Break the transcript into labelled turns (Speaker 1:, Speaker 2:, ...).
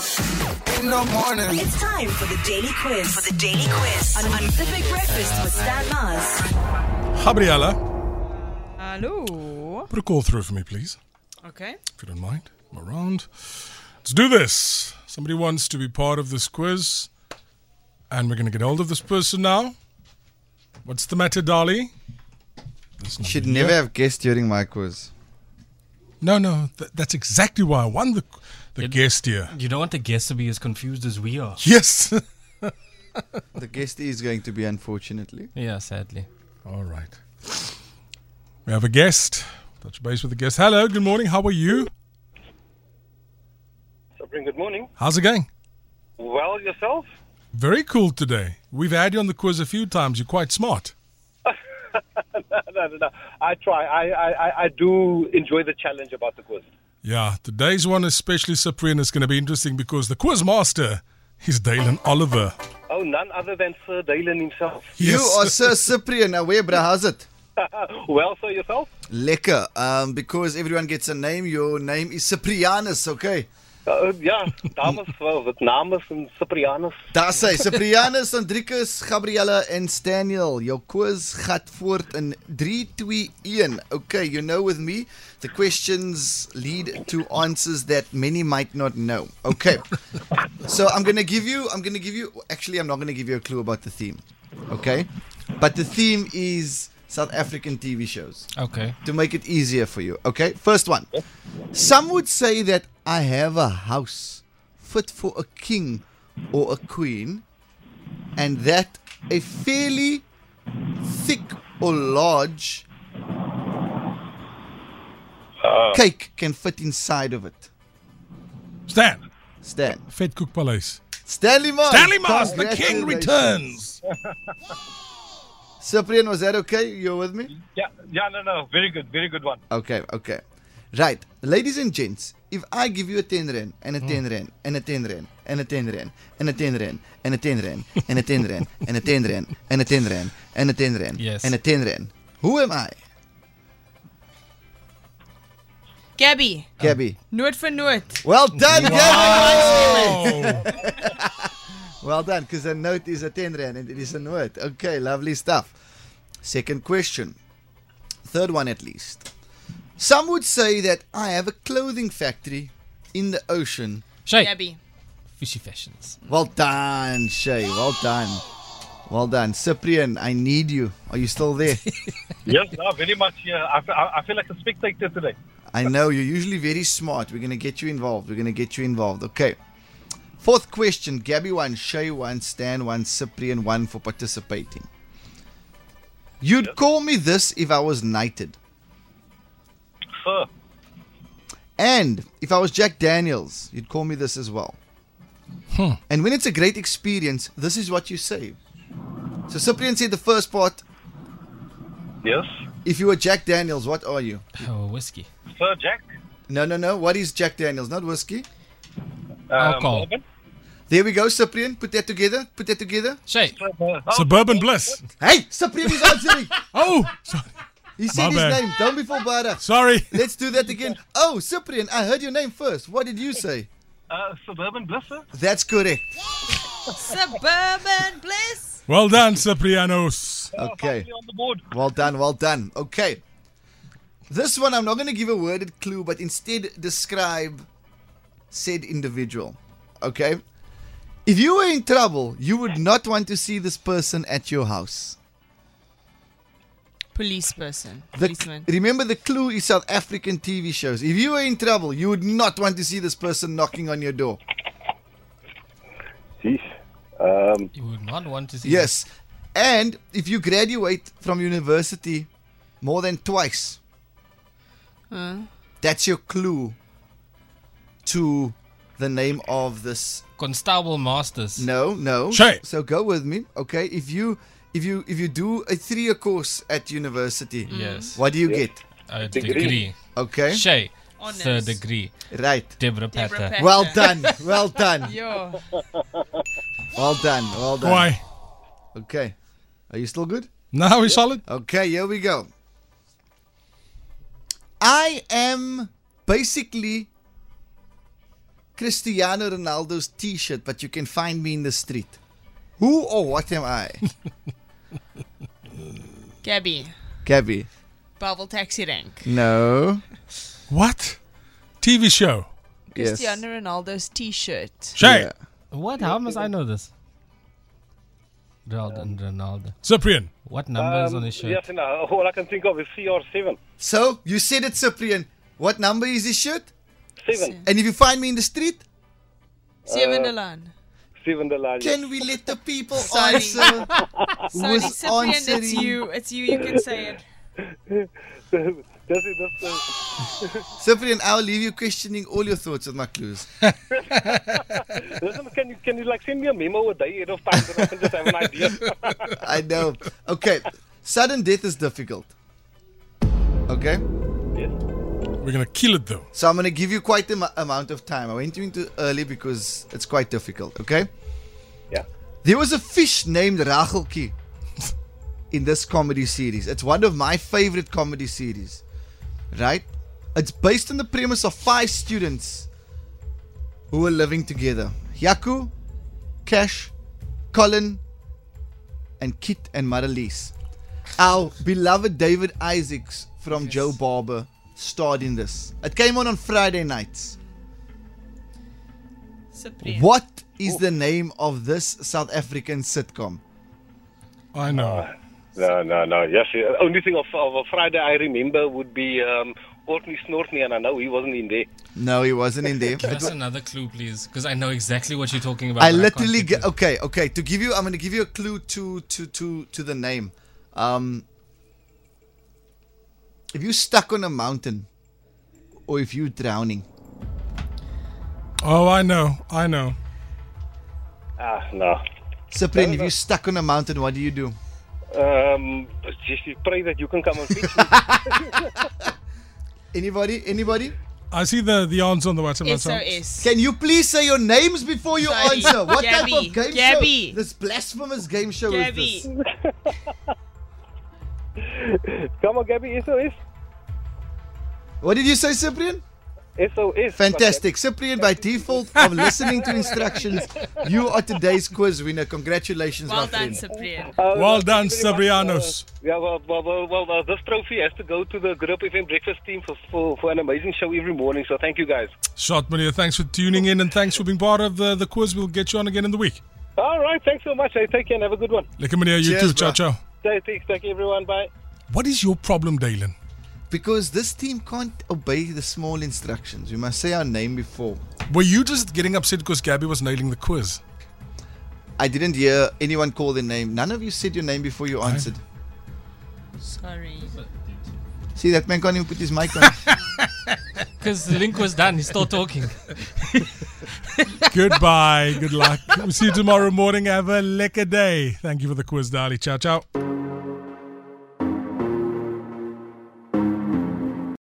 Speaker 1: in the morning.
Speaker 2: It's time for the daily quiz. For the daily quiz on, on the Big Breakfast with Stan Mars.
Speaker 3: Gabriella,
Speaker 4: Hello.
Speaker 3: put a call through for me, please,
Speaker 4: Okay.
Speaker 3: if you don't mind. I'm around. Let's do this. Somebody wants to be part of this quiz, and we're going to get hold of this person now. What's the matter, Dolly? This number
Speaker 5: Should
Speaker 3: here.
Speaker 5: never have guessed during my quiz.
Speaker 3: No, no, th- that's exactly why I won the the guest here.
Speaker 6: You don't want the guests to be as confused as we are.
Speaker 3: Yes.
Speaker 5: The guest is going to be, unfortunately.
Speaker 6: Yeah, sadly.
Speaker 3: All right. We have a guest. Touch base with the guest. Hello. Good morning. How are you?
Speaker 7: Sabrin, good morning.
Speaker 3: How's it going?
Speaker 7: Well, yourself?
Speaker 3: Very cool today. We've had you on the quiz a few times. You're quite smart.
Speaker 7: no, no, no. I try. I, I, I- I do enjoy the challenge about the quiz.
Speaker 3: Yeah, today's one, especially Cyprian, is going to be interesting because the quiz master is Dalen Oliver.
Speaker 7: Oh, none other than Sir Dalen himself.
Speaker 3: Yes.
Speaker 5: You are Sir Cyprian away, bruh. How's it?
Speaker 7: well, sir, yourself?
Speaker 5: Lekker. Um, because everyone gets a name, your name is Cyprianus, okay?
Speaker 7: Uh, yeah, Thomas, well, with Namas and Cyprianus.
Speaker 5: Daar's hy, Cyprianus, Andrikus, Gabriella en Staniel. Your quiz gaat voort in 3 2 1. Okay, you know with me, the questions lead to answers that many might not know. Okay. so I'm going to give you I'm going to give you actually I'm not going to give you a clue about the theme. Okay? But the theme is South African TV shows
Speaker 6: Okay.
Speaker 5: to make it easier for you. Okay, first one. Some would say that I have a house fit for a king or a queen, and that a fairly thick or large cake can fit inside of it.
Speaker 3: Stan,
Speaker 5: Stan.
Speaker 3: Fed Cook Palace.
Speaker 5: Stanley Mars.
Speaker 3: Stanley Mars, the king
Speaker 5: Congratulations.
Speaker 3: returns.
Speaker 5: Cyprian, was that okay? You're with me?
Speaker 7: Yeah, yeah, no, no. Very good, very good one.
Speaker 5: Okay, okay. Right. Ladies and gents, if I give you a 10 rand and a 10 rand and a 10 rand and a 10 rand and a 10 rand and a 10 rand and a 10 rand and a 10 rand and a 10 rand and a 10 rand
Speaker 6: Yes.
Speaker 5: and a 10 rand, who am I?
Speaker 4: Gabby,
Speaker 5: Gabby.
Speaker 4: nooit for nooit.
Speaker 5: Well done, Gabby.
Speaker 3: Oh,
Speaker 5: Well done, because a note is a 10 rand and it is a note. Okay, lovely stuff. Second question. Third one at least. Some would say that I have a clothing factory in the ocean
Speaker 6: Shay.
Speaker 4: Gabby.
Speaker 6: Fishy fashions.
Speaker 5: Well done, Shay. Well done. Well done. Cyprian, I need you. Are you still there?
Speaker 7: Yes, no, very much. Yeah, I, fe- I, I feel like a spectator today.
Speaker 5: I know you're usually very smart. We're going to get you involved. We're going to get you involved. Okay. Fourth question Gabby one, Shay one, Stan one, Cyprian one for participating. You'd call me this if I was knighted.
Speaker 7: Sir,
Speaker 5: And if I was Jack Daniels, you'd call me this as well. And when it's a great experience, this is what you say. So Cyprian said the first part
Speaker 7: yes.
Speaker 5: if you were Jack Daniels, what are you?
Speaker 6: Oh, whiskey.
Speaker 7: Sir Jack.
Speaker 5: No, no, no. What is Jack Daniels? Not whiskey.
Speaker 7: Um,
Speaker 6: Alcohol.
Speaker 7: Bourbon.
Speaker 5: There we go, Cyprian. Put that together. Put that together.
Speaker 6: Shay.
Speaker 7: Sir, uh, oh,
Speaker 3: Suburban Bliss.
Speaker 5: Hey, Cyprian is answering.
Speaker 3: Oh, so-
Speaker 5: He said his
Speaker 3: bad.
Speaker 5: name. Don't be forbada.
Speaker 3: sorry.
Speaker 5: Let's do that again. Oh, Cyprian, I heard your name first. What did you say?
Speaker 7: uh, suburban bliss, sir.
Speaker 5: That's correct.
Speaker 4: Suburban bliss.
Speaker 3: Well done, Cyprianos.
Speaker 7: Oh,
Speaker 5: Okay.
Speaker 7: finally on the board.
Speaker 5: Well done, well done. Okay. This one, I'm not going to give a worded clue, but instead describe said individual. Okay? If you were in trouble, you would not want to see this person at your house.
Speaker 4: Police person.
Speaker 5: The-
Speaker 4: Policeman.
Speaker 5: remember the clue is South African TV shows. If you were in trouble, you would not want to see this person knocking on your door.
Speaker 7: Jeez. Um,
Speaker 6: You would not want to see.
Speaker 5: Yes. And if you graduate from university more than twice, that's your clue to the name of this.
Speaker 6: Constable Masters.
Speaker 5: No, no.
Speaker 3: Shay.
Speaker 5: So go with me, okay? If you if you if you do a three-year course at university,
Speaker 6: Yes.
Speaker 5: what Eh? do you get?
Speaker 6: A
Speaker 7: Degree.
Speaker 6: degree.
Speaker 5: Okay,
Speaker 6: Shay.
Speaker 4: Honors.
Speaker 6: Sir degree.
Speaker 5: right.
Speaker 6: Deborah
Speaker 4: Deborah
Speaker 6: Patter.
Speaker 4: Pat-
Speaker 5: Well done, well done,
Speaker 4: Yo.
Speaker 5: well done, well done.
Speaker 3: Why?
Speaker 5: Okay. Are you still good?
Speaker 3: Now we're solid.
Speaker 5: Okay, here we go. I am basically Cristiano Ronaldo's t shirt, but you can find me in the street. Who or what am I?
Speaker 4: Gabby.
Speaker 5: Gabby.
Speaker 4: Bubble taxi rank.
Speaker 5: No.
Speaker 3: What? TV show.
Speaker 5: Yes.
Speaker 4: Cristiano Ronaldo's t-shirt.
Speaker 3: Shay.
Speaker 5: Yeah.
Speaker 6: What? How must I know this? Ronaldo. Ronaldo.
Speaker 3: Cyprian.
Speaker 6: What number is on his
Speaker 5: Um,
Speaker 6: shirt?
Speaker 7: Yes, no, all I can think of is CR7.
Speaker 5: So, you said it, Cyprian. What number is his shirt?
Speaker 7: Seven.
Speaker 5: And if you find me in the street,
Speaker 4: Uh, Seven Milan.
Speaker 7: Seven the largest.
Speaker 5: can we let the people
Speaker 4: Sorry.
Speaker 5: answer? Who
Speaker 4: Sorry,
Speaker 5: was
Speaker 4: Cyprian, it's
Speaker 5: answering?
Speaker 4: you. It's you. You can say it.
Speaker 7: That's it, that's the-
Speaker 5: Cyprian, I'll leave you questioning all your thoughts with my clues.
Speaker 7: Listen, can you can you like send me a memo a day ahead of time so I can just have an idea?
Speaker 5: I know. Okay. Sudden death is difficult. Okay.
Speaker 7: yes.
Speaker 3: We're going to kill it though.
Speaker 5: So I'm going to give you quite the mu- amount of time. I went into early because it's quite difficult. Okay.
Speaker 7: Yeah.
Speaker 5: There was a fish named Rachelki in this comedy series. It's one of my favorite comedy series. Right? It's based on the premise of five students who were living together. Yaku, Cash, Colin, and Kit and Maralise. Our beloved David Isaacs from Joe Barber starred in this. It came on on Friday nights.
Speaker 4: Cyprian.
Speaker 5: What is the name of this South African sitcom?
Speaker 3: I know.
Speaker 7: No, no, no. Yes, the only thing of, of a Friday I remember would be um, Orkney Snortney, and I know he wasn't in there.
Speaker 5: No, he wasn't in there.
Speaker 6: Give us another clue, please, because I know exactly what you're talking about.
Speaker 5: I
Speaker 6: but can't
Speaker 5: literally
Speaker 6: think
Speaker 5: get
Speaker 6: of it.
Speaker 5: okay, okay. To give you, I'm gonna give you a clue to to to to the name. Um, if you stuck on a mountain, or if you drowning,
Speaker 3: Oh, I know. I know.
Speaker 7: Ah, no.
Speaker 5: Cyprian, if you stuck on a mountain, what do you do?
Speaker 7: Um, just pray that you can come and fix me.
Speaker 5: Anybody? Anybody?
Speaker 3: I see the, the answer on the WhatsApp. that's all.
Speaker 4: SOS.
Speaker 5: Can you please say your names before you
Speaker 4: Sorry.
Speaker 5: answer? What type
Speaker 4: Gabby,
Speaker 5: of game
Speaker 4: Gabby.
Speaker 5: show? This blasphemous game show
Speaker 4: Gabby.
Speaker 5: is this?
Speaker 7: come on, Gabby. SOS.
Speaker 5: What did you say, Cyprian?
Speaker 7: SOS.
Speaker 5: Fantastic. Cyprian, by default of listening to instructions, you are today's quiz winner. Congratulations,
Speaker 4: Well
Speaker 5: my
Speaker 4: done,
Speaker 5: friend.
Speaker 4: Cyprian.
Speaker 7: Uh,
Speaker 3: Well done,
Speaker 7: thank you very much.
Speaker 3: Sabrianos.
Speaker 7: Uh, yeah, well, well, well, well uh, this trophy has to go to the Group FM breakfast team for, for, for an amazing show every morning. So thank you, guys.
Speaker 3: Shot Maria, thanks for tuning in and thanks for being part of the, the quiz. We'll get you on again in the week.
Speaker 7: All right. Thanks so much. Hey, take care and have a good one.
Speaker 3: Lekker Maria, you too.
Speaker 5: Cheers,
Speaker 3: Ciao,
Speaker 5: bruh.
Speaker 3: ciao.
Speaker 7: Take, take, take everyone. Bye.
Speaker 3: What is your problem, Dalen?
Speaker 5: Because this team can't obey the small instructions. We must say our name before.
Speaker 3: Were you just getting upset because Gabby was nailing the quiz?
Speaker 5: I didn't hear anyone call their name. None of you said your name before you answered.
Speaker 4: Sorry.
Speaker 5: See, that man can't even put his mic on.
Speaker 6: Because the link was done. He's still talking.
Speaker 3: Goodbye. Good luck. We'll see you tomorrow morning. Have a lekker day. Thank you for the quiz, Dali. Ciao, ciao.